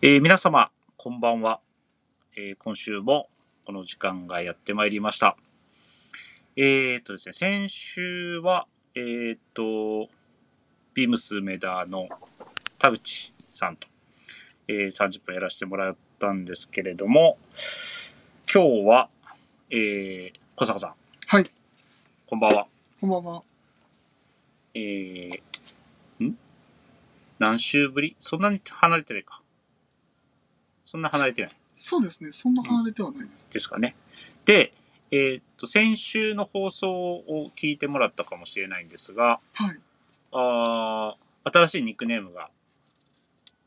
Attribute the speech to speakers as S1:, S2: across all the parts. S1: えー皆様、こんばんは、えー今週もこの時間がやってまいりました。えーっとですね、先週は、えーっと、ビームス梅田の田口さんと、えー30分やらせてもらったんですけれども、今日は、えー、小坂さん。
S2: はい。
S1: こんばんは。
S2: こんばんは。
S1: えー、ん何週ぶりそんなに離れてないか。そんな離れてない
S2: そうですね。そんな離れてはないです。
S1: ですかね。で、えーっと、先週の放送を聞いてもらったかもしれないんですが、
S2: はい。
S1: あー新しいニックネームが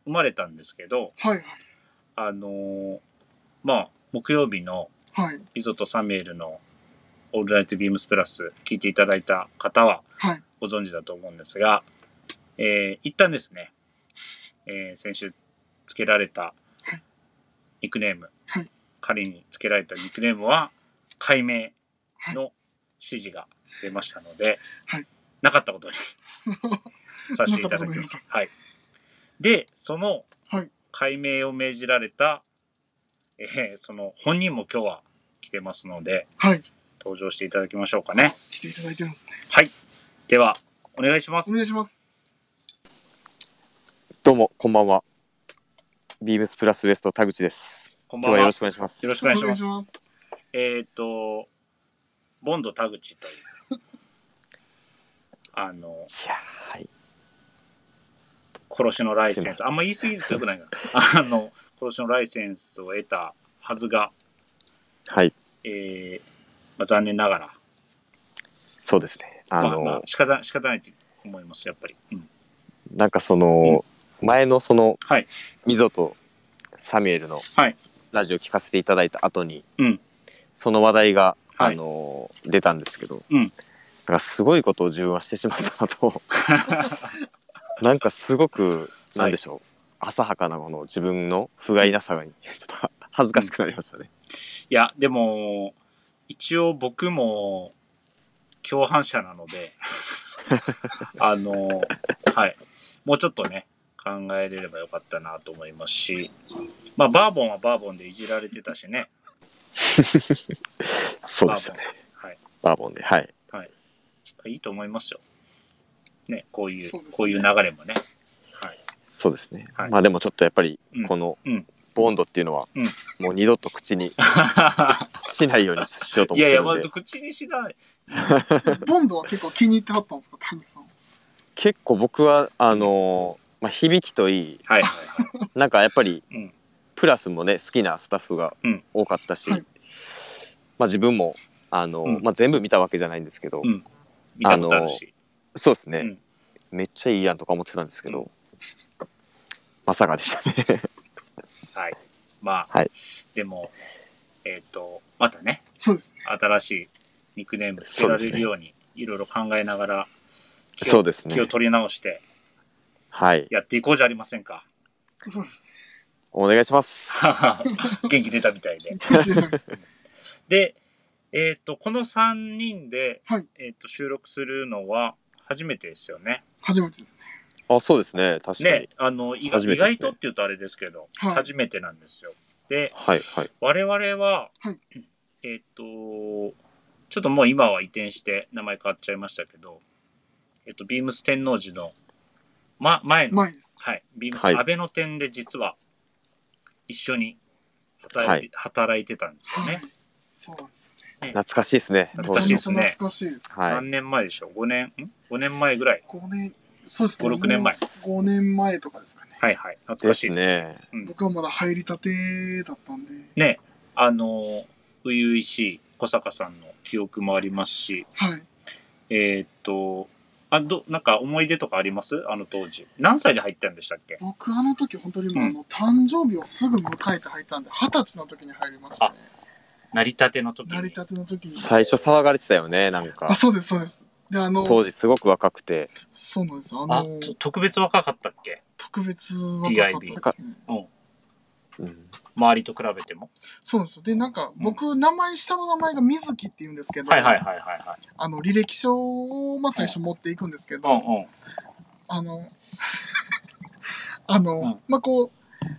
S1: 生まれたんですけど、
S2: はいはい。
S1: あのーまあ、木曜日の
S2: はい。
S1: リゾとサミュエルのオールナイトビームスプラス聞いていただいた方は
S2: はい。
S1: ご存知だと思うんですが、えー一旦ですね、えー先週つけられた
S2: はい
S1: ニックネーム、
S2: はい
S1: 仮につけられたニックネームは解明の指示が出ましたので、
S2: はい
S1: なかったこと にさせていただきま
S2: なかったことにします
S1: す。はい、でその
S2: はい
S1: 解明を命じられた、えーその本人も今日は来てますので
S2: はい。
S1: 登場していただきましょうかね。
S2: 来ていただいてるんですね。
S1: はい、ではお願いします
S2: お。願いします。
S3: どうも、こんばんは。ビームスプラスウエスト田口です。
S1: こんば
S3: 今
S1: ん
S3: 日
S1: は。よ
S3: はよろしくお願いします。
S1: ろしくお願いします。
S2: ます。
S1: えっ、と、ボンド田口という、あの、
S3: いやーはい。
S1: 殺しのライセンス、あんま言い過ぎるとよくない な。あの、殺しのライセンスを得たはずが、
S3: はい。
S1: えーまあ、残念ながら、
S3: そうですね。あ
S1: ま
S3: の、
S1: あまあ、仕方仕方ないと思います、やっぱり。うん、
S3: なんかその、前のその、
S1: はい
S3: ミゾとサミュエルの
S1: はい
S3: ラジオ聞かせていただいた後に、
S1: うん
S3: その話題が、
S1: はい
S3: あの、出たんですけど、
S1: うん
S3: なんかすごいことを自分はしてしまった なと、なんかすごく、なんでしょう、浅はかなこの自分の不甲斐なさがに、ちょっと恥ずかしくなりましたね。
S1: いや、でも、一応僕も共犯者なの で、あの、はい。もうちょっとね、考えれればよかったなと思いますし、まあ、バーボンはバーボンでいじられてたしね。
S3: そうでしたね。
S1: はい。
S3: バーボンで、はい。
S1: いいと思いますよ。ね、こういう、
S2: そうですね
S1: こういう流れもね。
S3: そうですね。
S1: はい
S3: まあでもちょっとやっぱり
S1: うん
S3: この
S1: うん
S3: ボンドっていうのは
S1: うん
S3: もう二度と口 にしないようにしようと
S1: い
S3: 思っ
S1: やい
S3: て
S1: や、
S3: る
S1: ま
S3: んで
S1: ず、口にしない。
S2: ボンドは結構気に入ってはったんですか、田口さん。
S3: 結構僕はあのーまあ響きといい
S1: はいはいはい。
S3: なんかやっぱり
S1: うん
S3: プラスもね好きなスタッフが
S1: うん
S3: 多かったし、
S2: はい
S3: まあ自分もあのー
S1: うん
S3: まあ全部見たわけじゃないんですけど、
S1: うん見たことあるし。
S3: そうですね、めっちゃいいやんとか思ってたんですけど、
S1: うん
S3: まさかでしたね
S1: はい。まあ、
S3: はい
S1: でも、えっ、と、またね、
S2: そうです ね。
S1: 新しいニックネームつけられるように、いろいろ考えながら気を
S3: そうですね
S1: 気を取り直して
S3: はい
S1: やっていこうじゃありません か。
S2: そうです。
S3: お願いします
S1: 元気出たみたいで。で、えっ、と、この3人で、
S2: はい
S1: えっと収録するのは初めてですよね。
S2: 初めてですね。
S3: あそうですね確かに、
S1: ね、あの意外、
S3: 初め
S1: 意
S3: てですね
S1: 外とって言うとあれですけど、
S2: はい
S1: 初めてなんですよ。で、
S3: はいはい
S1: 我々は、
S2: はい
S1: えっ、と、ちょっともう今は移転して名前変わっちゃいましたけど、えっ、と、ビームス天王寺の、ま、前の、
S2: 前です。
S1: はい、ビームス
S3: はい
S1: 安倍の点で実は一緒に働いて,、
S3: はい
S1: 働いてたんですよ
S2: は
S1: ね
S2: い。。そうなんですよね。
S3: 懐かしいですね。
S1: 懐かしいですね
S2: めちゃめちゃ懐かしいです。
S3: はい。
S1: 何年前でしょう ?5 年、ん ?5 年前ぐらい。
S2: 5年、そうです
S1: 5 6年前
S2: 5年前とかですかね。
S1: はいはい。懐
S3: で
S1: かしい
S3: す
S1: です
S3: ね。
S2: 僕はまだ入りたてだったんで。
S1: ね、あの、初々しい小坂さんの記憶もありますし、
S2: はい。
S1: えーっと、あ、ど、なんか思い出とかありますあの当時。何歳で入ったんでしたっけ
S2: 僕あの時本当にもうあの、誕生日をすぐ迎えて入ったんで、二十歳の時に入りましたね。
S1: 成り立ての時
S2: 成り
S1: に。
S2: 立ての時に。
S3: 最初騒がれてたよね、なんか
S2: あ、。そうです、そうです。で、あの、
S3: 当時すごく若くて。
S2: そうなんですよ。あ
S1: あ
S2: の、、
S1: と特別若かったっけ
S2: 特別若かったですね。
S3: うん
S1: 周りと比べても。
S2: そうなんですよ。で、なんか、僕、名前、下の名前が水木って言うんですけど、
S1: はいはいはいはいはい。
S2: あの、履歴書を、まあ、最初持っていくんですけど、
S1: うんうん。
S2: あの、あの、
S1: うん
S2: まあ、こう、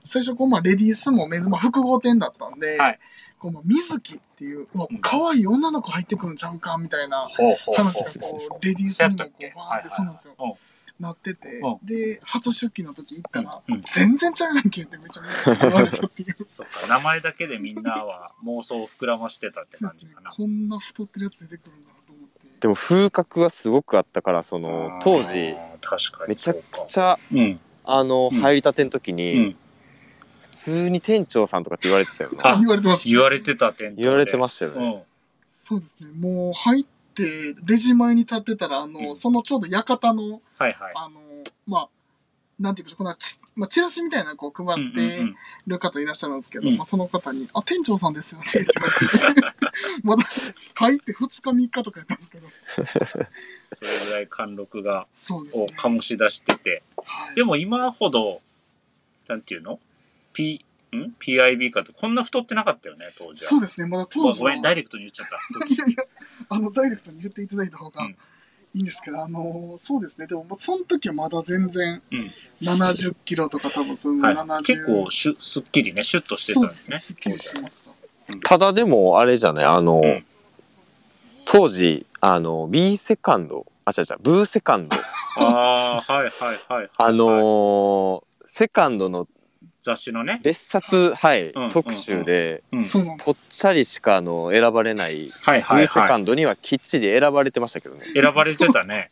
S2: 最初こう、まあ、レディースもメンズも複合店だったんで、
S1: はい
S2: こうまあ、水木っていう、うわ
S1: うん、
S2: 可愛い女の子入ってくるんちゃうかみたいな
S1: ほうほうほう
S2: 話がこう、レディース
S1: そうや
S2: にもこ
S1: っ
S2: う、
S1: たっけ
S2: わーって、
S1: はいはい
S2: そうなんですよ。
S1: ほ
S2: なってて、
S1: う
S2: で、初出勤の時行ったら、
S1: うんうん
S2: 全然ちゃうやんけってめちゃめちゃ言われたっていう。
S1: うそっか名前だけでみんなは妄想を膨らましてたって
S2: そう
S1: 感
S2: です
S1: じ
S2: ね
S1: かな。
S2: こんな太ってるやつ出てくるんだなと思って。
S3: でも風格はすごくあったからその当時
S1: あー確かに
S3: めちゃく
S1: そうか
S3: ちゃ
S1: うん
S3: あの
S1: うん
S3: 入りたての時
S1: う
S3: に
S1: ん
S3: 普通に店長さんとかって言われてたよね
S1: あ
S2: 言われてました。
S1: 言われてた点
S3: 言われてま
S1: し
S3: したよ
S1: う
S3: ね
S1: ん
S2: そうですね。もう入って、レジ前に立ってたら、あの、
S1: うん
S2: そのちょうど館の、
S1: はいはい
S2: あの、まあ、なんていうんでしょう、こんなち、まあ、チラシみたいなのこう配ってる方いらっしゃるんですけど、
S1: うん
S2: まあ、その方に、あ、店長さんですよね、って言われて まだ入って2日3日とかやったんですけど、
S1: それぐらい貫禄が
S2: そうです
S1: を
S2: ね。
S1: 醸し出してて
S2: はい
S1: でも今ほどなんていうの P ん PIB かってこんな太ってなかったよね当時は
S2: そうですね、まだ当
S1: わ
S2: 時
S1: ご
S2: は。
S1: めんダイレクトに言っちゃった ドキ
S2: いやいや、あの、ダイレクトに言っていただいた方が
S1: う
S2: い
S1: ん
S2: いんですけど、あの、そうですね、でも、まあその時はまだ全然
S1: うん、
S2: 70キロとか多分、その70、
S1: はい、結構シュすっきりねシュッとしてたんですね
S2: そうですね、すっきりしてました。
S3: ただでもあれじゃないあの、
S1: うん
S3: 当時あの B セカンドあ違う違うブーセカンド
S1: ああはいはいはいはい
S3: あのーセカンドの
S1: 雑誌のね
S3: 別冊はい、
S1: うん
S3: 特集で、
S1: うん
S2: そうなんです。
S3: ぽっちゃりしかあの選ばれない、
S1: はいはい
S3: ブーセカ
S1: は
S3: ンドにはきっちり選ばれてましたけどね
S1: い選ばれてたね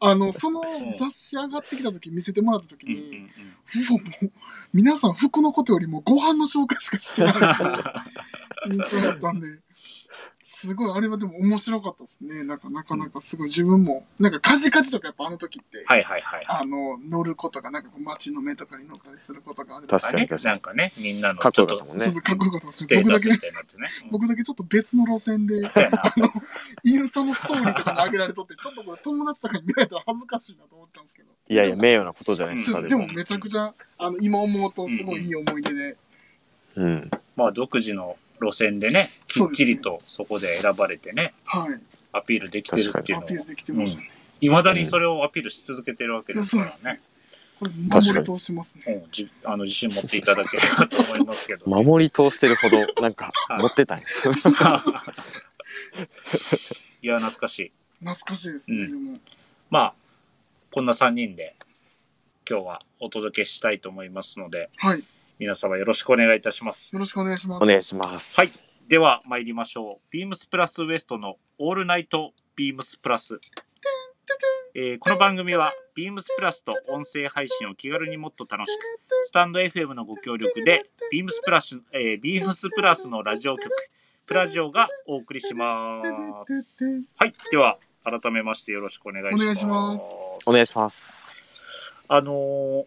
S2: あの、その雑誌上がってきた時見せてもらった時
S1: うんうん
S2: に、
S1: うん
S2: うわもう、皆さん服のことよりもご飯の紹介しかしてないっ ていう印象だったんで、すごい、あれはでも面白かったですね。なんか、なかなかすごい自分も、なんかカジカジとかやっぱあの時って、
S1: はいはいはいはい
S2: あの、乗ることが、なんかこう街の目とかに乗ったりすることがある
S3: 確かに
S1: ね
S3: 確か
S1: なん
S3: に
S1: かねみんなの
S3: かっ
S1: ち
S3: こ
S1: ょ
S3: よ
S1: っ
S3: かった
S1: と
S3: もん
S2: そう
S3: ね
S2: そうかっこよかったです
S1: ス
S2: ね。
S1: テータ
S2: 僕だ
S1: スみ
S2: け、
S1: たいになってねうん
S2: 僕だけちょっと別の路線で、
S1: そうやな
S2: インスタのストーリーとかに上げられとって、ちょっとこれ友達とかに見られたら恥ずかしいなと思ったんですけど。
S3: いやいや名誉なことじゃないです
S2: そ
S3: か
S2: う
S1: うん
S2: ですでもめちゃくちゃあの今思うとすごいいい思い出で、
S3: うん、
S1: まあ独自の路線でね、きっちりとそこで選ばれてね、
S2: は
S1: アピールできてるって
S2: い
S1: いう
S2: アピ
S1: の
S2: ール
S1: は、
S2: できてましたね、
S1: いまだにそれをアピールし続けてるわけですか
S2: そう
S1: らね、
S2: これ守り通しますね
S1: うんじあの自信持っていただければと思いますけど、
S3: 守り通してるほどなんか
S1: はい
S3: 乗ってたんや
S1: いや、懐かしい。
S2: 懐かしいですね、
S1: う
S2: でも
S1: まあ、こんな3人で今日はお届けしたいと思いますので、
S2: はいよ
S1: 皆様よろしくお願いいたします。
S2: ろしくお願いします
S3: お願いします
S1: はい。では参りましょう。ビームスプラスウエストのオールナイトビームスプラス。えーこの番組はビームスプラスと音声配信を気軽にもっと楽しく、スタンド FM のご協力で、ビームスプラス、えービームスプラスのラジオ局、プラジオがお送りします。はい。では改めましてよろしくお願いします。
S2: お願いします
S3: お願いします
S1: あのー、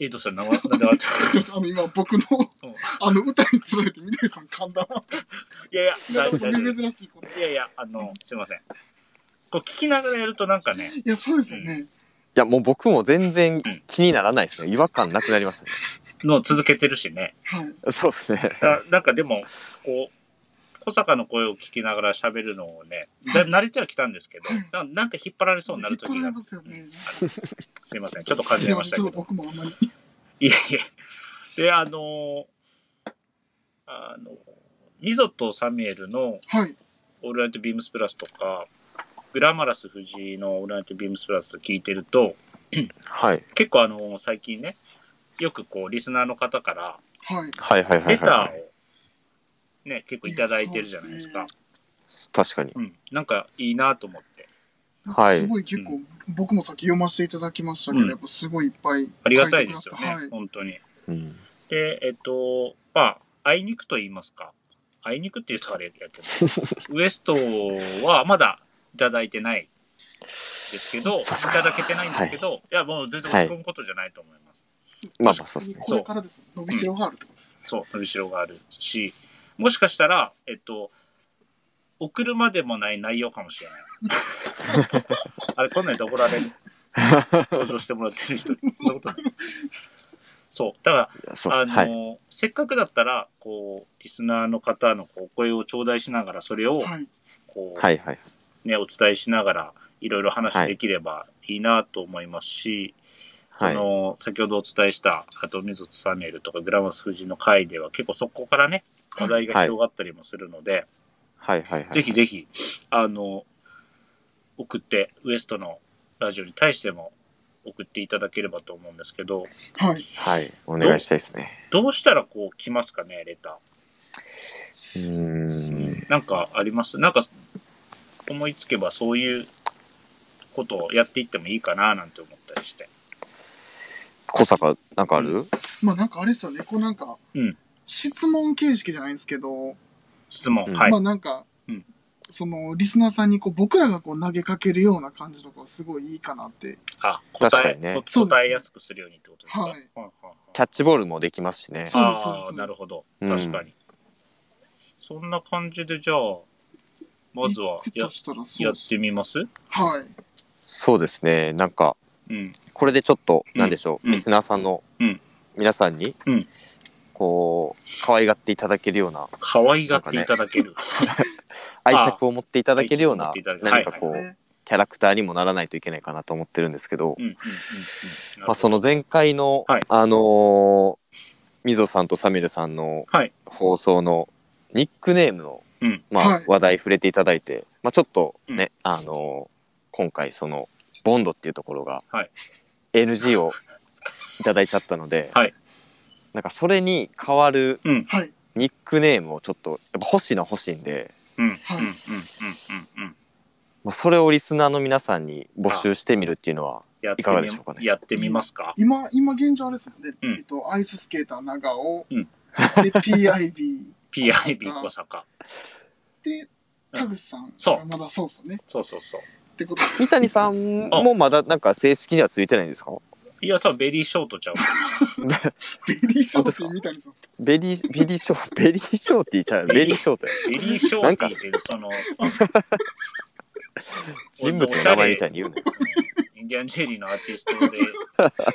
S1: えー、どうした名前、なんで笑っちゃう
S2: あの今僕の
S1: うん
S2: あの歌につられて緑さん噛んだない
S1: やいや、大丈夫大丈夫
S2: 珍 しいこと
S1: いやいや、あの、すいません。こう聞きながらやるとなんかね、
S2: いやそうですよね、
S3: いやもう僕も全然気にならないですね違和感なくなりましたね
S1: のを続けてるしね。
S2: はい
S3: そうですね
S1: ななんかでも、こう、小坂の声を聞きながら喋るのをね、だ慣れてはきたんですけど
S2: はい、
S1: ななんか引っ張られそうになる
S2: 引っ張
S1: 時
S2: られ
S1: が、
S2: ますよね
S1: すいません、ちょっと感じました
S2: ち
S1: け
S2: ょっと
S1: ど。
S2: 僕もあんまり
S1: いえいえ。で、あのーあの、ミゾとサミュエルの
S2: はい
S1: オールナイトビームスプラスとか、グラマラス藤井のオールナイトビームスプラス聞いてると、
S3: はい
S1: 結構あのー最近ね、よくこう、リスナーの方から、
S2: はい
S3: はいはいはい
S1: レ
S3: はいは
S1: タ
S3: い
S1: ーをね、結構いただいてるじゃないです
S2: い
S1: か
S2: や。
S3: 確かに
S1: うん。なんかいいなと思って。
S2: なんか
S3: はい
S2: すごい結構、僕もさっき読ませていただきましたけど、
S1: うん
S2: やっぱすごいいっぱい
S1: ありがたいですよ
S2: 書
S1: ね。
S2: てくださ
S1: 本当に。
S3: うん
S1: で、えっと、まあ、あいにくと言いますか。あいにくって言うとあれやけど、ウエストはまだいただいてないですけど、い
S3: そうっすか
S1: ただけてないんですけど、い、や、もう全然落ち込むことじゃないと思います。
S3: まあまあそうですね
S2: これからですもん伸びしろがあるってことですよね。
S1: そう、伸びしろがあるし、もしかしたら、えっと、送るまでもない内容かもしれない。 あれ、こんなんで怒られる。登場してもらってる 人に、そんなことない。そう、だか
S3: いやそう
S1: ら、
S3: で
S1: あ
S3: す
S1: の
S3: ねはい
S1: せっかくだったら、こう、リスナーの方のこうお声を頂戴しながら、それを、
S2: はい。
S1: こう、
S3: はいはい
S1: ね、お伝えしながら、いろいろ話できればいいなと思いますし、そ
S3: はい。
S1: の、先ほどお伝えした、あと、水津サメルとか、グラマス夫人の回では、結構そこからね、話題が広がったりもするので、
S3: はいはいはい。
S1: ぜひぜひ、あの、送って、ウエストのラジオに対しても送っていただければと思うんですけど、
S2: はい。
S3: はい。お願いしたいですね。
S1: どうしたらこう来ますかね、レタ
S3: うーん。
S1: ー。なんかありますなんか、思いつけばそういうことをやっていってもいいかな、なんて思ったりして。
S3: 小坂、なんかある
S2: まあなんかあれですよね、こうなんか、
S1: うん
S2: 質問形式じゃないんですけど、
S1: 質問、
S3: うん
S1: はい
S2: まあ。なんか、
S1: うん
S2: そのリスナーさんにこう僕らがこう投げかけるような感じとかすごいいいかなって。
S1: あ、答え、
S3: 確かにね
S1: こ
S2: そうですね
S1: 答えやすくするようにってことですか。
S2: はい
S1: はいはいはい
S3: キャッチボールもできますしね。
S2: そうですそうです
S1: ああ、
S2: そうです
S1: なるほど。
S3: うん
S1: 確かに。そんな感じで、じゃあ、まずは
S2: 行く
S1: や
S2: としたらそ
S1: や
S2: う
S1: っ
S2: です。
S1: てみます
S2: はい。
S3: そうですね。なんか、
S1: うん。
S3: これでちょっと、
S1: うん
S3: なんでしょう、
S1: うん
S3: リスナーさんの
S1: うん
S3: 皆さんに、
S1: うん
S3: こう、可愛がっていただけるような、
S1: 可愛がっていただける。
S3: 愛着を持っていただけるよ
S1: 愛着を
S3: うな
S1: 持っていただ、ける
S3: 何かこ
S2: は
S3: う、
S2: い
S3: キャラクターにもならないといけないかなと思ってるんですけど、
S1: うんうんうんうん。
S3: まあ、その前回の、
S1: はい
S3: あのー、みぞさんとサミルさんの
S1: はい
S3: 放送のニックネームの、
S1: うん
S3: まあ
S2: はい
S3: 話題触れていただいて、まあ、ちょっとね、あのー今回そのボンドっていうところが、
S1: はい
S3: NG をいただいちゃったので、
S1: はい
S3: なんかそれに代わる
S1: うん。
S2: はい。
S3: ニックネームをちょっとやっぱ欲しいのは欲しいんで、
S1: うん。うん。うん。うん。
S2: はい
S1: うん。うん。
S3: まあ、それをリスナーの皆さんに募集してみるっていうのは
S1: やって
S3: いかが
S1: み
S3: でしょうかね
S1: やってみますか
S2: 今、今現状あれですもんね。
S1: うん
S2: えっと、アイススケーター長尾、
S1: うん
S2: で、PIB、
S1: ?PIB 小坂。
S2: で、田口さん。
S1: そう
S2: まだそうですよね。
S1: そうそうそう。
S2: ってこと
S3: 三谷さんもまだなんか正式にはついてないんですか
S1: いや、多分ベリーショートち ゃう。
S2: ベリー商品みたいにさ、
S3: ベリー、ベリーショー、ベリーショーティーちゃう、ベリーショーティー。
S1: ベリーショーティーって、その、
S3: 人物の名前みたいに言うね。
S1: うんインディアンジェリーのアーティス トで、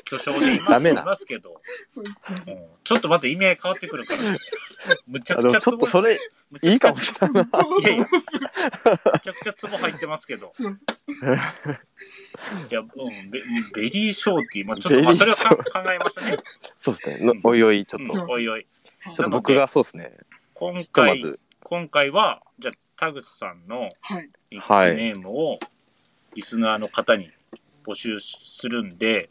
S1: 巨匠でい
S3: ダメな
S1: ますけど、
S2: そう
S1: うんちょっとまた意味合い変わってくるから、むちゃ
S3: あ
S1: く
S3: の、
S1: ち
S3: ち
S1: ゃツ
S3: ょっ
S1: ボ
S3: とそれ、
S1: むち
S3: い
S1: ゃ
S3: い
S1: くちゃ
S3: かもしれない。
S2: そう
S1: いやいや
S2: 面白
S1: むちゃくちゃツボ入ってますけど、
S2: そう
S1: いや、うん、ベベリーショーティー、まあちょっと、まあそれはか考えます ね。
S3: そうですね。のおいおい、ちょ
S1: う
S3: っ
S1: ん
S3: と。ちょ
S1: おいおい。
S2: い
S3: っと僕がそうですね。
S1: 今
S3: ひとま
S1: 回、
S3: ず、
S1: 今回は、じゃあ田口さんの
S2: はい。
S1: ニックネームをリスナーの方に募集するんで、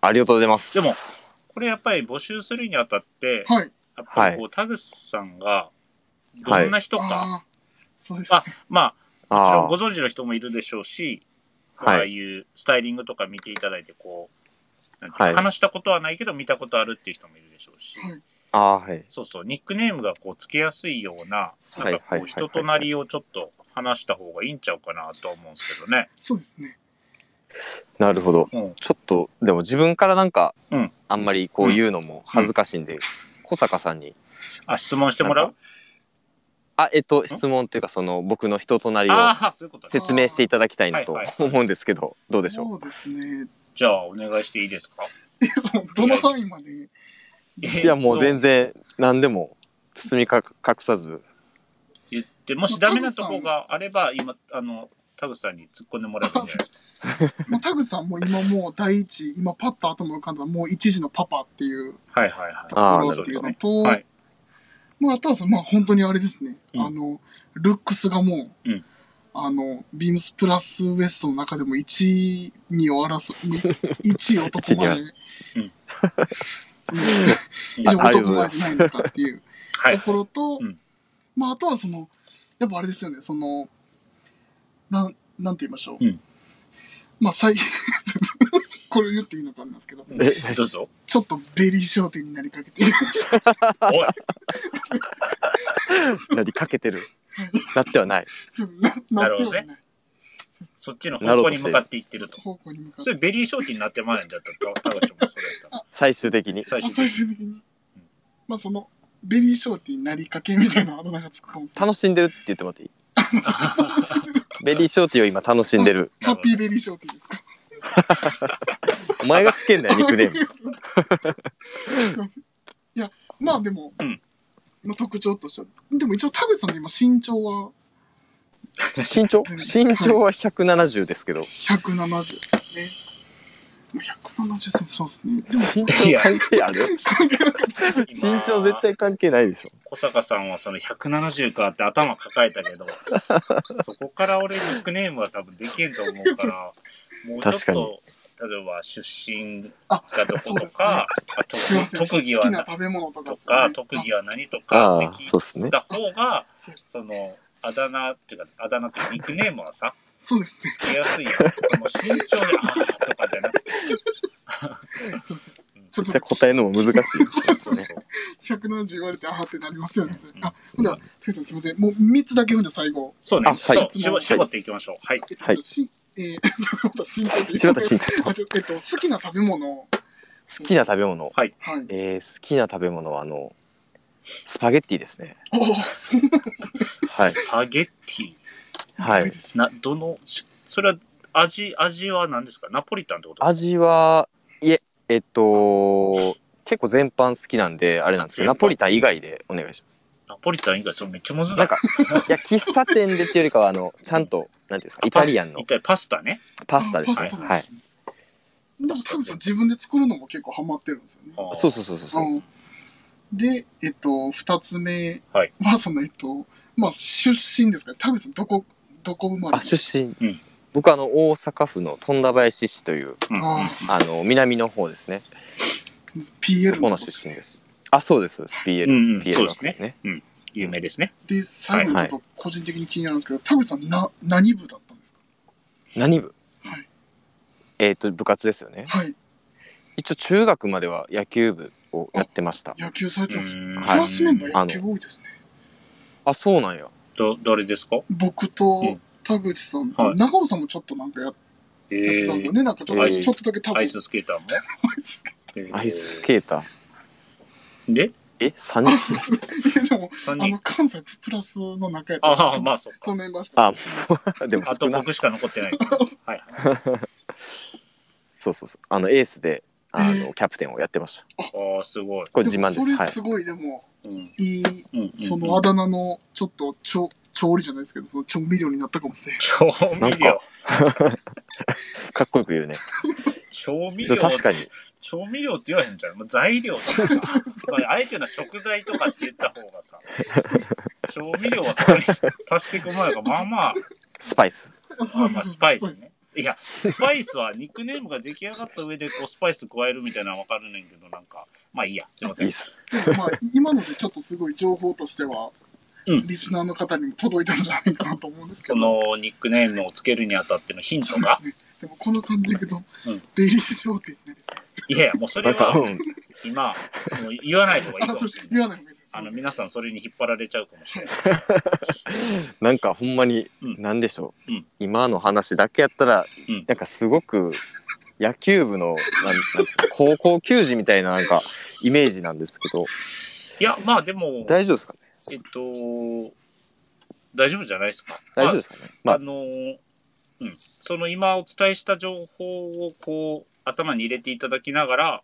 S3: ありがとうございます。
S1: でも、これやっぱり募集するにあたって、
S2: はい。
S1: やっぱりこう、田口さんがどんな人か、
S2: あーそうですね。
S1: まあ、もちろん
S3: あ
S1: ご存知の人もいるでしょうし、
S3: はい
S1: ああいうスタイリングとか見ていただいて、こう、なんていうか
S3: はい
S1: 話したことはないけど見たことあるっていう人もいるでしょうし、
S2: はい
S3: あ、ああー、はい。
S1: そうそう、ニックネームがこう、つけやすいような、
S2: そう
S1: なんか
S3: は
S1: こ
S3: いはいはいは
S1: う、
S3: い
S1: 人となりをちょっと話した方がいいんちゃうかなとは思うんですけどね。
S2: そうですね。
S3: なるほど。
S1: うん。
S3: ちょっと、でも自分からなんか
S1: うん、
S3: あんまりこう言うのも恥ずかしいんで、小坂さんに。
S1: あ、質問してもら
S3: なん
S1: う
S3: あ、えっと、質問というか、その、僕の人となりを
S1: ああ、そういうことね。
S3: 説明していただきたいなと
S1: はいはい
S3: 思うんですけど、どうでしょう
S2: そうですね。
S1: じゃあ、お願いしていいですか
S2: えそうどの範囲まで。
S1: い
S3: いやもう全然何でも包みか隠 さず
S1: 言って、もしダメなとこがあれば、今、あの、田口さんに突っ込んでもらえばいいんじゃないですか。
S2: もう田口さんも今もう第一、今パッと頭浮かんだのはもう一時のパパっていう
S1: はいはいはい
S2: と。ころ
S3: あー
S2: っていう
S1: な
S2: の
S1: る
S2: と、
S1: はい
S2: まああとはその、まあ本当にあれですね。
S1: うん
S2: あの、ルックスがもう、
S1: うん
S2: あの、ビームスプラスウエストの中でも1位を 争う、1位男前。
S1: うん
S2: 以上男前じゃないのかっていう。
S1: はい
S2: と。ころと、
S1: うん
S2: まああとはそのやっぱあれですよねそのなんなんて言いましょう、
S1: うん
S2: まあ最 ちょっとこれ言っていいのかなんですけど
S3: え
S1: どう ぞ。
S2: ちょっとベリー商店になりかけて
S1: おい、
S3: なりかけてるなってはない
S2: そうななってはない、
S1: そっちの方向に向かっていってると。
S2: 方向に向かっ
S1: そ
S2: て
S1: れベリー商品になってまうんじゃった田口もそれやったら。
S3: 最終的に
S1: 最
S2: あ
S1: 終的に。
S2: 最終的にまあそのベリー商店になりかけみたいなあだ名がつくかもしれない
S3: 楽しんでるって言ってもらっていいベリーショーティーを今楽しんでる
S2: ハッピーベリー商店ですか
S3: お前がつけんだよニックネーム
S2: すいませんいやまあでも、
S1: うん
S2: まあ、特徴としてはでも一応田口さんの今身長は
S3: 身長身長は170ですけど
S2: 170ですよね。まあ170センチそうですね。
S3: 身長関係ある身長絶対関係ないでしょ。
S1: 小坂さんはその170かって頭抱えた けど、そこから俺ニックネームは多分できんと思うから、もうちょっ
S3: 確かに
S1: と、例えば出身がどことか、あと
S2: すいません。
S1: 特技
S2: 好
S1: は
S2: き
S1: な
S2: な食べ物とか
S1: と
S2: ですね、
S1: か、特技は何とか
S3: あ
S1: って
S3: あ、
S1: 聞
S3: そうですね
S1: い。た方が、
S2: あそうです
S1: その、あだ名っていうか、あだ名ってニックネームはさ、
S2: そうですね。
S1: つけやすいよ。その身長で、ああとかじゃなくて、
S2: そうですね。
S1: うん
S2: ちょっ
S3: じ
S2: と
S3: ゃあ答えるのも難しいです ね。
S2: 170言われて、あーってなりますよね。
S1: うん
S2: あ、ほんなら、すいませんすいません。もう3つだけほんじゃ最後。
S1: そうね、
S3: あ
S1: そう
S3: はい
S1: 絞絞っていきましょう。はい。
S2: えっと
S3: はい
S2: しえー、 また身長でいい
S3: 柴田身長。
S2: あ ちょえっと、好きな食べ物。
S3: 好きな食べ物。
S2: はい。
S3: えー、好きな食べ物はあの、スパゲッティですね。
S2: おお、そんな
S3: はい。
S1: スパゲッティ。
S3: は
S2: ない
S3: い。
S2: でしょ
S1: な、どの、しそれは、味、味は何ですかナポリタンってことですか
S3: 味は、いえ、えっと、結構全般好きなんで、あれなんですけど、ナポリタン以外でお願いし
S1: ナポリタン以外、それめっちゃむず
S3: ます。
S1: な
S3: ないんか、いや、喫茶店でっていうよりかは、あの、ちゃんと、なんていうんですか、イタリアンの
S1: 一体パスタね。
S3: パスタですね。
S2: パスタ
S3: はい。
S2: でも、多分さん自分で作るのも結構ハマってるんですよね。
S1: あー
S3: そうそうそうそうそう。
S2: うんで、えっと、二つ目
S1: はい
S2: は、その、えっと、まあ、出身ですか田口さん、どこ、どこ生まれ
S3: あ、出身。
S1: うん
S3: 僕、あの、大阪府の富田林市という、
S1: うんうん
S2: あ
S3: あの、南の方ですね。そ
S2: ?PL
S3: この
S2: とこ
S3: 出身です。あ、そうです、そうです。
S1: う
S3: PL。
S1: んうん、そう
S3: PL
S1: で
S3: の
S1: すね。
S3: ね。
S1: 有名ですね。
S2: で、最後にちょっと個人的に気になるんですけど、田口さん、な、何部だったんですか
S3: 何部
S2: はい
S3: えっと、部活ですよね。
S2: はい。
S3: 一応中学までは野球部をやってました。
S2: 野球されてたんですよ。
S1: うん
S3: はい
S2: クラスメンバー
S1: あ
S2: 野球多いですね。
S3: あ、そうなんや。
S1: ど、どれですか
S2: 僕
S1: う
S2: と
S1: ん
S2: 田口さん
S1: は
S2: と、
S1: い
S2: 中尾さんもちょっとなんかやっ
S1: え
S2: やってたんですよ
S1: ー、
S2: ね。なんかちょっ
S3: え
S2: と、
S3: ー
S2: ちょっとだけ多
S1: ア
S2: 分
S1: イ、ススケーターも。えー
S3: アイススケーター。
S1: で、
S3: え、三人
S2: でも、
S1: 3
S2: あの、
S1: 人。
S2: 関西プラスの中やったんですよ
S1: ああ、まあ、そっ
S2: そ
S1: か。
S2: のメンバーし か。
S3: あ、もうでも
S1: あ
S3: 少
S1: と
S3: ない
S1: 僕しか残ってないですね。はいはい。
S3: そうそうそう。あの、エースで、あ
S2: え
S3: の、キャプテンをやってました。
S1: ああ、すごい。
S3: これ
S2: で
S3: 自
S2: もそ
S3: 慢です。
S2: れ
S3: はい
S2: す。ごい、でも、
S1: うん
S2: いい、
S1: うんうんうん
S2: そのあだ名の、ちょっと、ちょ、調理じゃないですけど、その調味料になったかもしれない。
S1: 調
S3: な
S1: 味
S3: ん
S1: 料
S3: か。かっこよく言うね。
S1: 調味料
S3: でも確かに。
S1: 調味料って言わへんじゃん。もう材 料とかさ。つまり、あえてな食材とかって言った方が さ。調味料はそこに足していく前が、まあまあ、
S3: スパイス。
S1: まあまあ、スパイス。ね。いや、スパイスはニックネームが出来上がった上で、こう、スパイス加えるみたいなのはわかるねんけど、なんか、まあいいや、すいま
S3: い
S1: せ
S3: い
S1: ん
S3: っ。す。
S2: まあ、今のでちょっとすごい情報としては、
S1: うん
S2: リスナーの方にも届いたんじゃないかなと思うんですけ
S1: そ
S2: ど。
S1: のニックネームをつけるにあたってのヒント
S2: そう
S1: が。
S2: ですね。でも、この感じでいくと、レイリッシュ商店になりそうです。
S1: いやいや、もうそ
S3: な
S1: れ
S3: んか、う
S1: は
S3: ん。
S1: 今、もう言わない方がいい
S2: あ、
S1: か
S2: そ
S1: も
S2: う
S1: しれ
S2: 言
S1: ない。
S2: わない方がいいです。
S1: あの、皆さんそれに引っ張られちゃうかもしれない。
S3: なんかほんまに、
S1: うん
S3: なんでしょう
S1: うん。
S3: 今の話だけやったら
S1: うん、
S3: なんかすごく、野球部の、なんなんですか、高校球児みたいななんか、イメージなんですけど、
S1: いや、まあでも、
S3: 大丈夫ですかね
S1: えっと、大丈夫じゃないですか。
S3: 大丈夫ですかね
S1: まあ、
S3: まあ
S1: あ、のーうん、その今お伝えした情報をこう頭に入れていただきながら、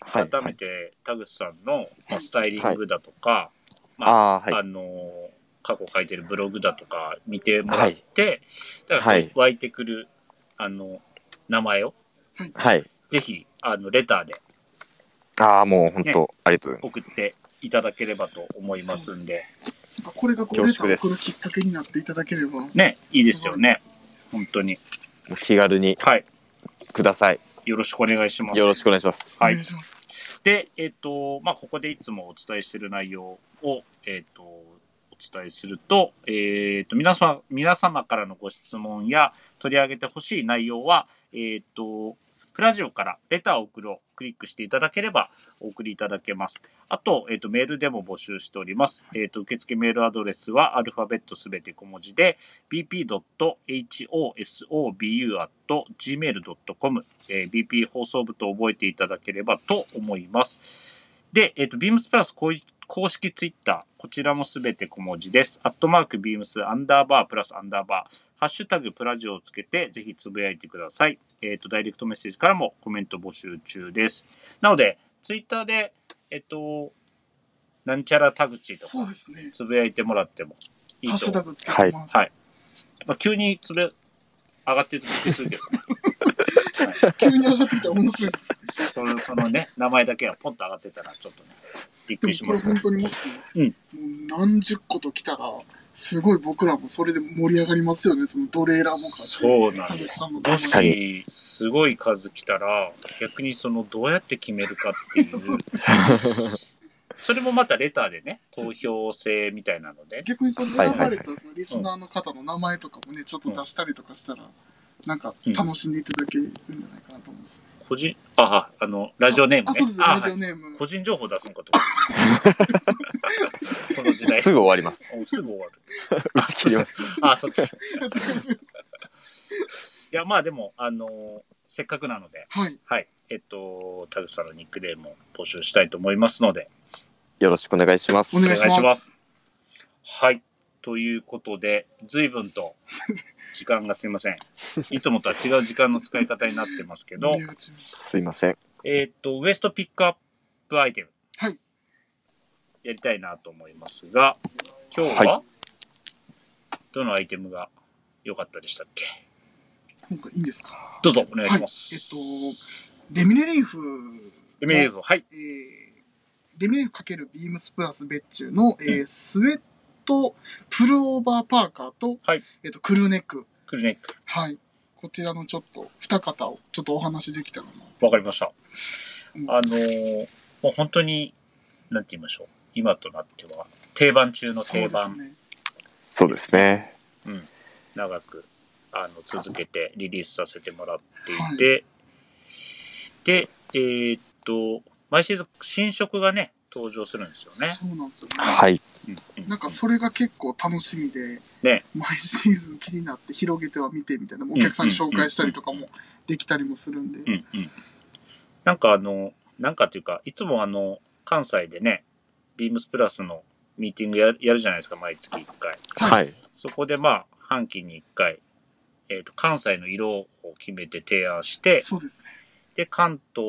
S3: はい。
S1: 改めて田口さんの、まあ、スタイリングだとか、まあ
S3: ああー、はい。
S1: あのー過去書いてるブログだとか見てもらって、だか
S3: は
S1: ら
S3: い
S1: 湧いてくるあの名前を
S3: はい。
S1: ぜひあのレターで
S3: ああ、もう本当、ありがとうございます。
S1: 送っていただければと思いますんで、
S2: なんかこれがこう、レタ
S3: 恐縮
S2: ーを
S3: です
S2: 送るきっかけになっていただければ。
S1: ね、いいですよね。本当に。
S3: もう気軽に
S1: はい。
S3: ください。
S1: よろしくお願いします。
S3: よろしくお願いします。
S1: はい
S2: お願いします。
S1: で、えっ、と、まあ、ここでいつもお伝えしている内容を、えっ、と、お伝えすると、えっ、と、皆様、皆様からのご質問や取り上げてほしい内容は、えっ、と、プラジオからレターを送ろう、クリックしていただければお送りいただけます。あと、えっ、と、メールでも募集しております。えっ、と、受付メールアドレスはアルファベットすべて小文字で、bp.hosobu.gmail.com、えー bp 放送部と覚えていただければと思います。で、えっ、と、ビームスプラス公式公式ツイッター、こちらもすべて小文字です。アットマークビームスアンダーバープラスアンダーバー、ハッシュタグプラジオをつけて、ぜひつぶやいてください。えっ、と、ダイレクトメッセージからもコメント募集中です。なので、ツイッターで、えっ、と、なんちゃら田口と
S2: そう
S1: か、
S2: ですね。
S1: つぶやいてもらってもいい
S2: ハッ
S1: と
S2: シュ
S1: 思
S2: タグつけてもらって。
S1: はい。まあ、急につれ、上がってるとびっくりするけどね。
S2: 急に上がってきたら面白いです。
S1: そのそのね、名前だけがポンと上がってたら、ちょっとね、びっく
S2: で
S1: り
S2: も
S1: し
S2: こ
S1: ますね
S2: れ本。当にもし、
S1: うん
S2: もう何十個と来たら、すごい僕らもそれで盛り上がりますよね、その奴隷ラも買って。
S1: そうなんです。も
S3: 確かに
S1: し、すごい数来たら、逆にその、どうやって決めるかって いう。それもまたレターでね、投票制みたいなので。
S2: 逆にその
S3: はい
S2: 選ばれたそのリスナーの方の名前とかもね、ちょっと出したりとかしたら、なんか楽しんでいただけるんじゃないかなと思います。
S1: 個人、あ、ああの、ラジオネーム
S2: あ、
S1: ね
S2: そうです、。
S1: あ
S2: ラジオネーム。
S1: 個人情報出すのかと 思この時代。
S3: すぐ終わります。
S1: おすぐ終わる。
S3: 打ち切ります。
S1: あ、そっち。いや、まあでも、あのせっかくなので、
S2: はい。
S1: はい。えっと、田口さんのニックネームを募集したいと思いますので、
S3: よろしくお願いします
S2: お。願いし
S1: お願いしま
S2: ますす。
S1: はい。ということで、随分と時間がすいませ ん。いつもとは違う時間の使い方になってますけど
S2: 盛り、上がっちゃいます
S3: すいません。
S1: えーっと、ウエストピックアップアイテム。
S2: はい
S1: やりたいなと思いますが、今日は、どのアイテムが良かったでしたっけ
S2: 今回いいんですか
S1: どうぞ、お願いします。
S2: えっと、レミネリーフ。
S1: エミネーフ、はい。
S2: えーレミネリーフ×ビームスプラス別注の、えースウェット、プルオーバーパーカーと、
S1: はい
S2: えっと、クルーネック。
S1: クルネック。
S2: はい。こちらのちょっと、二方をちょっとお話できたらな。
S1: わかりました。
S2: うん
S1: あのーもう本当に、なんて言いましょう。今となっては、定番中の定
S2: そ
S1: 番
S2: う、ですね
S3: そうですね。
S1: 長く、あの、続けてリリースさせてもらっていて、で、えーっと、毎シーズン新色がね、登場するんですよね。
S2: そうなんですよね。
S3: はい。
S2: なんかそれが結構楽しみで、
S1: ね
S2: 毎シーズン気になって広げては見てみたいな、お客さんに紹介したりとかもできたりもするんで、
S1: うんうん、なんかあのなんかというかいつもあの関西でねビームスプラスのミーティングややるじゃないですか毎月1回
S3: はい。
S1: そこでまあ半期に1回、えー、と関西の色を決めて提案して
S2: そうですね。
S1: で関東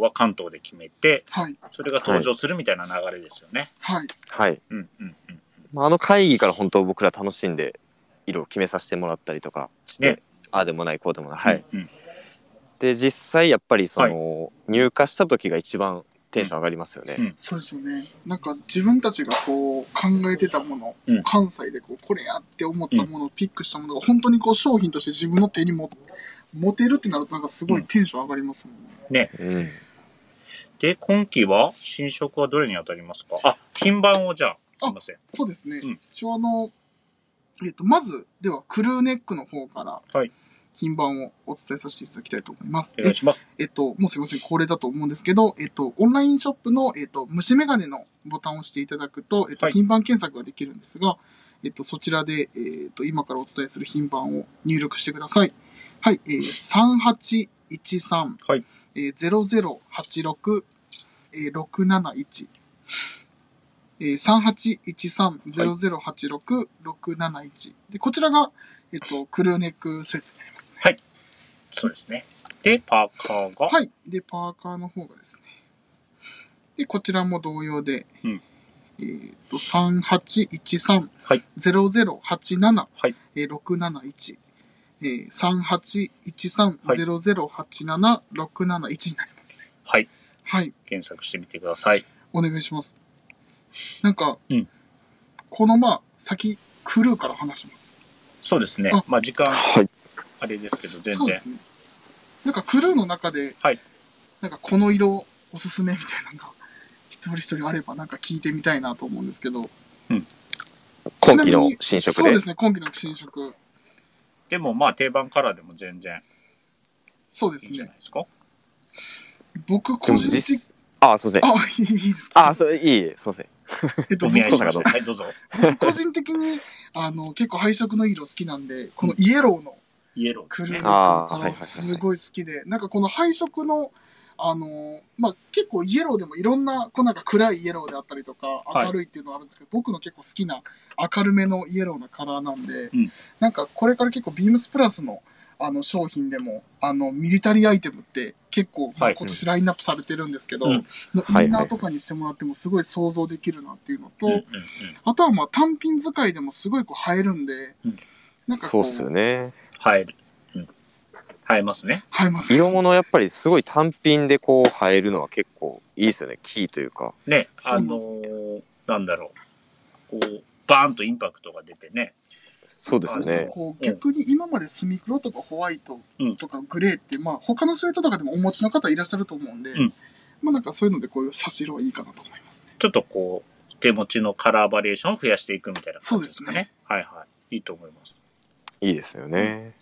S1: は関東で決めて
S2: はい。
S1: それが登場するみたいな流れですよね、
S2: はい。
S3: はい。
S1: うんうんうん
S3: まあ、あの会議から本当僕ら楽しんで色を決めさせてもらったりとかして、
S1: ね
S3: ああでもないこうでもない。はい。
S1: うんうん
S3: で実際やっぱりその、入荷した時が一番テンション上がりますよね。
S1: うん
S2: そうですよね。なんか自分たちがこう考えてたもの、
S1: うん
S2: 関西でこうこれやって思ったものをピックしたものが本当にこう商品として自分の手にも持てるってなるとなんかすごいテンション上がりますもんね。
S3: うん
S1: で今期は新色はどれに当たりますかあ品番をじゃあすいません
S2: そうですね。
S1: うん
S2: 一応あの、えっ、と、まず、ではクルーネックの方から、
S1: はい
S2: 品番をお伝えさせていただきたいと思います。
S1: お願いします
S2: えっと、もうすいません、恒例だと思うんですけど、えっと、オンラインショップの、えっと、虫眼鏡のボタンを押していただくと、えっと、
S1: はい
S2: 品番検索ができるんですが、えっと、そちらで、えっと、今からお伝えする品番を入力してください。はい、えー、3813、
S1: はい
S2: えー、0086、えー、671、えー、3813-0086-671。で、こちらが、えっと、クルーネックセットになりますね。
S1: そうですねでパーカーが、
S2: はい。で、パーカーの方がですね。で、こちらも同様で、
S1: うん
S2: えっと、3813、
S1: はい
S2: 0087、
S1: はい
S2: えー671、えー、3813、0087、671になりますね。
S1: はい、
S2: はい。
S1: 検索してみてください
S2: お願いします。なんか、
S1: うん
S2: このまあ、先、クルーから話します。
S1: そうですね
S2: あ。
S1: まあ時間
S3: はい。
S1: あれですけど、全
S2: そうで
S1: 然
S2: す。ね。なんかクルーの中で、
S1: はい
S2: なんかこの色おすすめみたいなのが、一人一人あればなんか聞いてみたいなと思うんですけど。
S3: 今期
S2: ちなみ
S3: の
S2: に
S3: 新色
S2: そう
S3: で
S2: ですね、今期の新色。
S1: でもまあ定番カラーでも全然
S2: そうで
S1: い
S2: す
S1: いんじゃ
S2: ね
S1: な。いですか。
S2: 僕個人的
S3: 実ああすいません。
S2: あ、いいいいですか
S3: ああそれいいすいません。
S2: えっと、
S1: お
S2: 僕
S1: 願いし
S3: が
S1: ます。
S3: どう
S1: はい、どうぞ。
S2: 個人的に、あの、結構配色の色好きなんで、このイエローの
S1: イエロー
S2: ク
S1: です
S2: ル
S1: ね
S2: ーネック。
S3: あ
S2: の
S3: ー
S2: カ
S3: はいは
S2: ラ
S3: いは
S2: ー
S3: い
S2: すごい好きで、なんかこの配色の、あのーまあ、結構イエローでもいろんな、こうなんか暗いイエローであったりとか、
S1: はい
S2: 明るいっていうのはあるんですけど、僕の結構好きな明るめのイエローなカラーなんで、
S1: うん
S2: なんかこれから結構ビームスプラスのあの商品でも、あの、ミリタリーアイテムって結構、まあ
S1: はい
S2: 今年ラインナップされてるんですけど、
S1: うん
S2: の
S3: はい
S2: インナーとかにしてもらってもすごい想像できるなっていうのと、
S1: うんうんうん。
S2: あとはまあ単品使いでもすごいこう映えるんで、
S1: うん
S2: なんか
S3: そ
S2: こ
S3: う
S2: う、
S3: っすよね。
S1: 入る。生えますね。
S2: 生えますね
S3: 色物やっぱりすごい単品でこう生えるのは結構いいですよねキーというか
S1: ね、
S2: そ
S1: あ
S2: うなんで
S1: のーなんだろう。こう、バーンとインパクトが出てね。
S3: そうですね
S2: こう逆に今までスミクロとかホワイトとかグレーって、まあ他のスウェットとかでもお持ちの方いらっしゃると思うんで、
S1: うん
S2: まあなんかそういうのでこういう差し色はいいかなと思いますね。
S1: ちょっとこう、手持ちのカラーバリエーションを増やしていくみたいな感じですかね。
S2: そう
S1: はいはい。いいと思います。
S3: いいですよね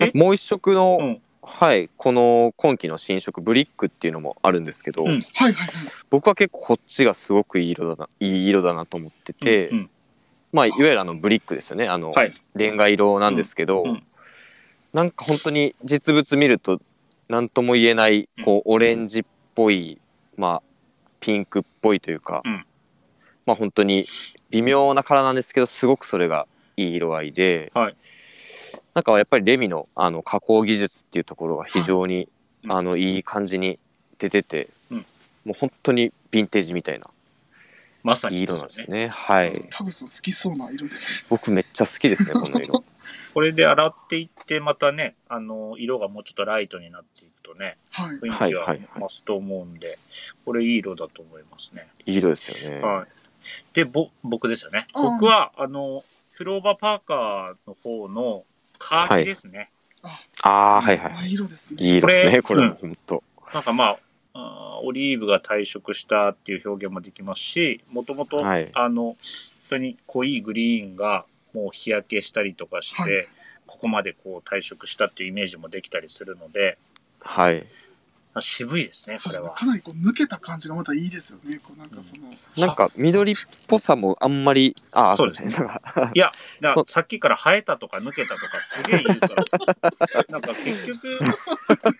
S1: え
S3: もう一色の、
S1: うん
S3: はいこの今期の新色ブリックっていうのもあるんですけど、
S1: うん
S2: はいはいはい。
S3: 僕は結構こっちがすごくいい色だないい色だなと思ってて、
S1: うんうん
S3: まあいわゆるあのブリックですよねあの、
S1: はい。
S3: レンガ色なんですけど、
S1: うんうん
S3: なんか本当に実物見ると何とも言えない
S1: うん
S3: こうオレンジっぽい、まあ、ピンクっぽいというか、
S1: うん
S3: まあ本当に微妙なカラーなんですけどすごくそれがいい色合いで、
S1: はい
S3: なんかやっぱりレミのあの加工技術っていうところが非常に、
S1: はい
S3: あのいい感じに出てて、
S1: うん
S3: もう本当にヴィンテージみたいな
S1: まさ
S3: いい
S1: にで
S3: 色
S1: す
S3: なん
S1: よ
S3: です
S1: ね。
S3: ね。はい、
S1: うん
S2: 田口さん好きそうな色です
S3: 僕めっちゃ好きですねこの 色。
S1: これで洗っていって、またね、あの、色がもうちょっとライトになっていくとね、
S2: ね。は
S1: 雰
S2: い。
S1: 囲気
S3: は
S1: はい
S3: はいはい
S1: 増すと思うんで、これいい色だと思いますね。
S3: いい色ですよね。
S1: はい。で、ぼ、僕ですよね。
S2: うん
S1: 僕は、あの、フローバーパーカーの方のカーキですね。
S3: ああはいはいはい
S2: い。い色ですね。
S3: いい色ですね、
S1: こ
S3: こ
S1: れ
S3: れ
S1: うん
S3: も本当。
S1: なんかまあ、あーオリーブが退色したっていう表現もできますし、もともと、
S3: はい
S1: あの、本当に濃いグリーンがもう日焼けしたりとかして、
S2: はい
S1: ここまでこう退色したっていうイメージもできたりするので、
S3: はい。
S1: あ渋いですね、
S2: そ
S1: これ
S2: うですね
S1: は。
S2: かなりこう抜けた感じがまたいいですよね。こうなんかその、
S3: なんか緑っぽさもあんまり、ああ、
S1: そうですね
S3: なんか
S1: だか
S3: そ
S1: ら
S3: う
S1: さっきから生えたとか抜けたとかすげえ言うから、なんか結局、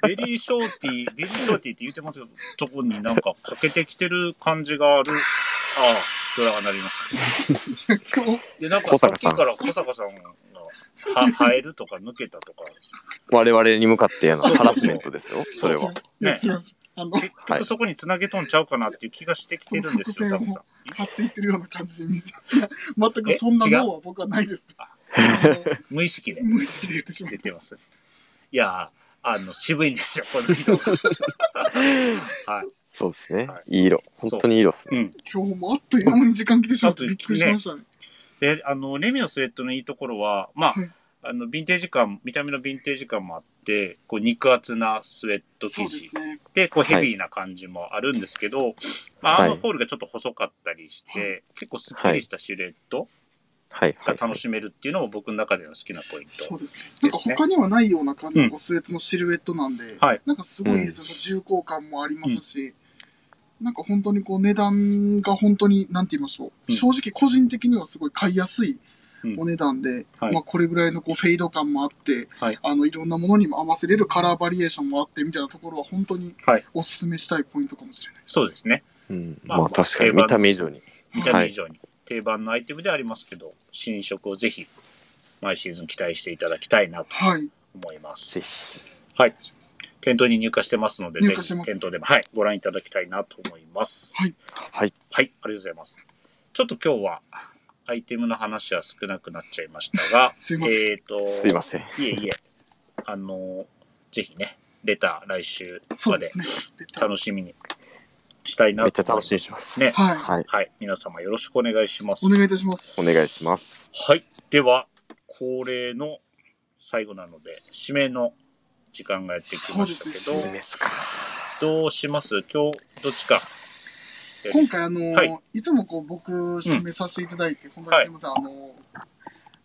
S1: ベリーショーティー、ベリーショーティーって言ってますけど、とこになんか欠けてきてる感じがある、ああ、ドラが鳴りました。
S2: 今日
S1: で、なんか
S3: 小
S1: さっ
S3: 坂
S1: き
S3: さん
S1: から小坂さんが、は、生えるとか抜けたとか、
S3: 我々に向かってあの
S1: そうそうそ
S3: ハ
S1: う
S3: ラスメントですよ、それは。
S2: いや
S1: ね
S2: 違う違う。あの、
S1: 結局そこに繋げとんちゃうかなっていう気がしてきてるんですよ、
S2: は
S1: 多
S2: い
S1: 分さん。
S2: 張っていってるような感じで見せいや全くそんな
S1: え違う
S2: 脳は僕はないです。あの
S1: 無意識で
S2: 無意識で言ってしまっ
S1: 出
S2: た
S1: て。ます。いやー、あの、渋いんですよ、この 人が。はい。
S3: そうですね
S1: はい。
S3: いい色。
S1: そう
S3: 本当にいい色っすね。
S1: うん。
S2: 今日もあっという間に時間来てしまって
S1: あっという間にね
S2: びっくりしましたね。
S1: で、あの、レミのスウェットのいいところは、まあ
S2: はい、
S1: あの、ヴィンテージ感、見た目のヴィンテージ感もあって、こう、肉厚なスウェット
S2: そう
S1: 生
S2: で
S1: 地
S2: すね。
S1: で、こう、ヘビーな感じもあるんですけど、まあ、アームホールがちょっと細かったりし
S2: は
S1: て、結構すっきりしたシルエット
S3: は
S1: が
S3: い、はい。はい
S1: 楽しめるっていうのも僕の中での好きなポイン
S2: そ
S1: ト
S2: う。ですね。
S1: ね
S2: なんか他にはないような感じ
S1: うん
S2: のこうスウェットのシルエットなんで、
S1: はい
S2: なんかすごいですよ重厚感もありますし、なんか本当にこう値段が本当に、なんて言いましょう、
S1: うん
S2: 正直個人的にはすごい買いやすい
S1: うん
S2: お値段で、
S1: はい
S2: まあこれぐらいのこうフェード感もあって、
S1: はい
S2: あのいろんなものにも合わせれるカラーバリエーションもあってみたいなところは本当に
S1: はい
S2: おすすめしたいポイントかもしれない。
S1: そうですね。
S3: うん、
S1: ま
S3: ま
S1: あ
S3: あ、確かに見た目以上に。
S1: 見た目以上に定番のアイテムではありますけど、新色をぜひ毎シーズン期待していただきたいなと
S2: はい。
S1: 思います
S3: ぜ。ひ。
S1: はい。店頭に入荷してますので、ぜ
S2: 入
S1: ひ
S2: 荷してます
S1: 店頭でも、はい、ご覧いただきたいなと思います。
S2: はい、
S3: はい。
S1: はい、ありがとうございます。ちょっと今日はアイテムの話は少なくなっちゃいましたが
S2: すいません。
S1: えっと、
S3: すいません。
S1: いえいえ、あの、ぜひね、レター来週
S2: そ
S1: ま
S2: うで
S1: です
S2: ね。
S1: 楽しみにしたいな
S3: めっち
S1: と
S3: ゃ
S1: 思いま
S3: 楽
S1: す
S3: しみにします。
S1: ね
S2: はい。
S3: はい。
S1: はい、皆様よろしくお願いします
S2: お。願いいたします。
S3: お願いします。
S1: はい、では恒例の最後なので締めの時間がやってきました
S2: そう
S1: け
S2: で
S1: ど、
S2: すね
S3: すか。
S1: どうします？今日どっちか。
S2: 今回あのー、、
S1: はい
S2: つもこう僕締めさせていただいて、本当にすみません、あのー、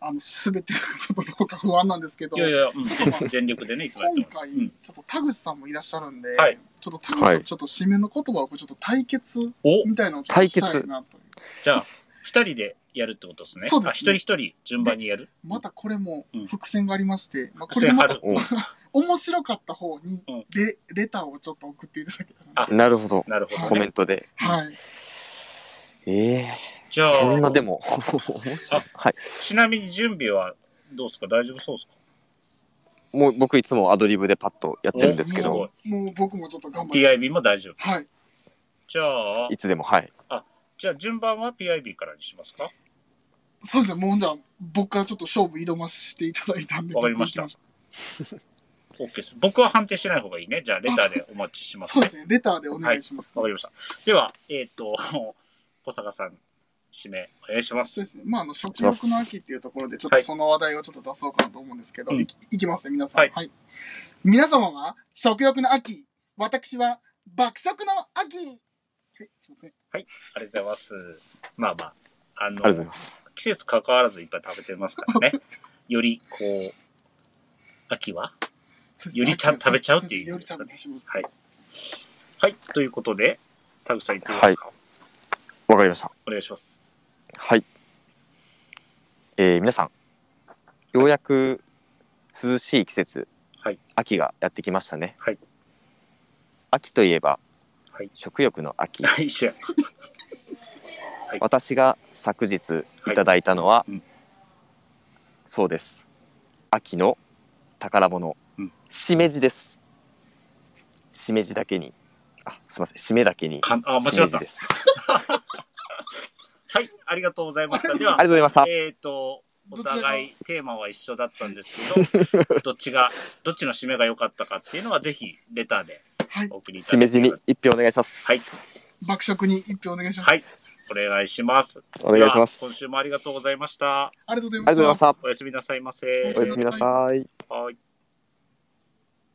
S2: あの、すべてちょっとどうか不安なんですけど、
S1: いやいや、うん、 全全力でねいつもやって
S2: 今
S1: ます。
S2: 回、
S1: うん
S2: ちょっと田口さんもいらっしゃるんで、
S1: はい
S2: ちょっと田口さ
S3: は
S2: ん、
S3: い
S2: ちょっと締めの言葉をこうちょっと対決
S1: お、
S2: みたいなのをちょっとしたいなという。
S1: じゃあ二人でやるってことですね。
S2: そうですね
S1: あ一人一人順番にやる。
S2: またこれも
S1: うん
S2: 伏線がありまして、まあ、こ
S1: 伏線
S2: れま
S1: 張
S2: た
S1: る。
S3: お
S2: 面白かった方に
S1: うん
S2: レ、レターをちょっと送っていただけたら。
S1: あ
S3: なるほど。
S1: なるほど、ね。
S3: コメントで。
S2: はい。
S3: ええ
S1: じゃあ
S3: そんなでも、面白い はい。
S1: ちなみに準備はどうですか？大丈夫そうですか
S3: もう僕いつもアドリブでパッとやってるんですけ
S1: お
S3: ど、
S2: もうもう僕もちょっと頑張ります。
S1: ？PIB も大丈夫。
S2: はい。
S1: じゃあ
S3: いつでも、はい。
S1: じゃあ順番は PIB からにしますか？
S2: そうですね、もうじゃあ、僕からちょっと勝負挑ませていただいたんで。
S1: わかりました
S2: 僕行き
S1: OK です。僕は判定しない方がいいね。じゃあ、レターでお待ちします
S2: そう
S1: ね
S2: で。すね。レターでお願いします、ね
S1: わかりました。では、えっ、と、小坂さん、指名お願いしま
S2: そう
S1: す。
S2: ですね。まあ、あの、食欲の秋っていうところで、ちょっとその話題をちょっと出そうかなと思うんですけど、
S1: うん
S2: いきいきますね、皆さん。
S1: はい
S2: 皆様は、食欲の秋。私は、爆食の秋。はい、すいません。
S1: ありがとうございます。まあまあ、あの
S3: ありがとうございます。
S1: 季節関わらずいっぱい食べてますから ね。より、こう、秋は
S2: そうですね
S1: よりちゃん食べちゃうっていう
S2: よりちゃんと食べちゃう
S1: はいはい、ということで、田口さんいってみま
S3: は
S1: す
S3: い
S1: か、。
S3: わかりました。
S1: お願いします。
S3: はい。えー皆さん、ようやく涼しい季節、
S1: はい
S3: 秋がやってきましたね。
S1: はい
S3: 秋といえば、
S1: はい
S3: 食欲の秋。
S1: 一緒や。
S3: 私が昨日いただいたのは、
S1: いうん
S3: そうです。秋の宝物、
S1: うん
S3: しめじです。しめじだけに、あ、すみません、しめだけに。
S1: かんあ、
S3: し
S1: 間違
S3: め
S1: っ
S3: じ
S1: た
S3: で。す。
S1: はい、ありがとうございました。で
S3: あ
S1: は
S3: りがと、うございました。
S1: えっ、と、お
S2: どちらが
S1: 互いテーマは一緒だったんですけ ど、どっちが、どっちの締めが良かったかっていうのは、ぜひ、レターで
S2: はい
S1: お送りいただ
S3: しめじ
S1: けれ
S3: に
S1: ば
S3: 一票お願いします。
S1: はい、
S2: 爆食に一票お願いします。
S1: はい、お願いします。
S3: お願いします。
S1: で
S3: あ
S1: は
S3: り
S1: 今週もありがとうございました。
S2: ありがとうござい
S3: がとうございました。
S1: おやすみなさいませ。
S3: おやすみなさい。
S1: はい。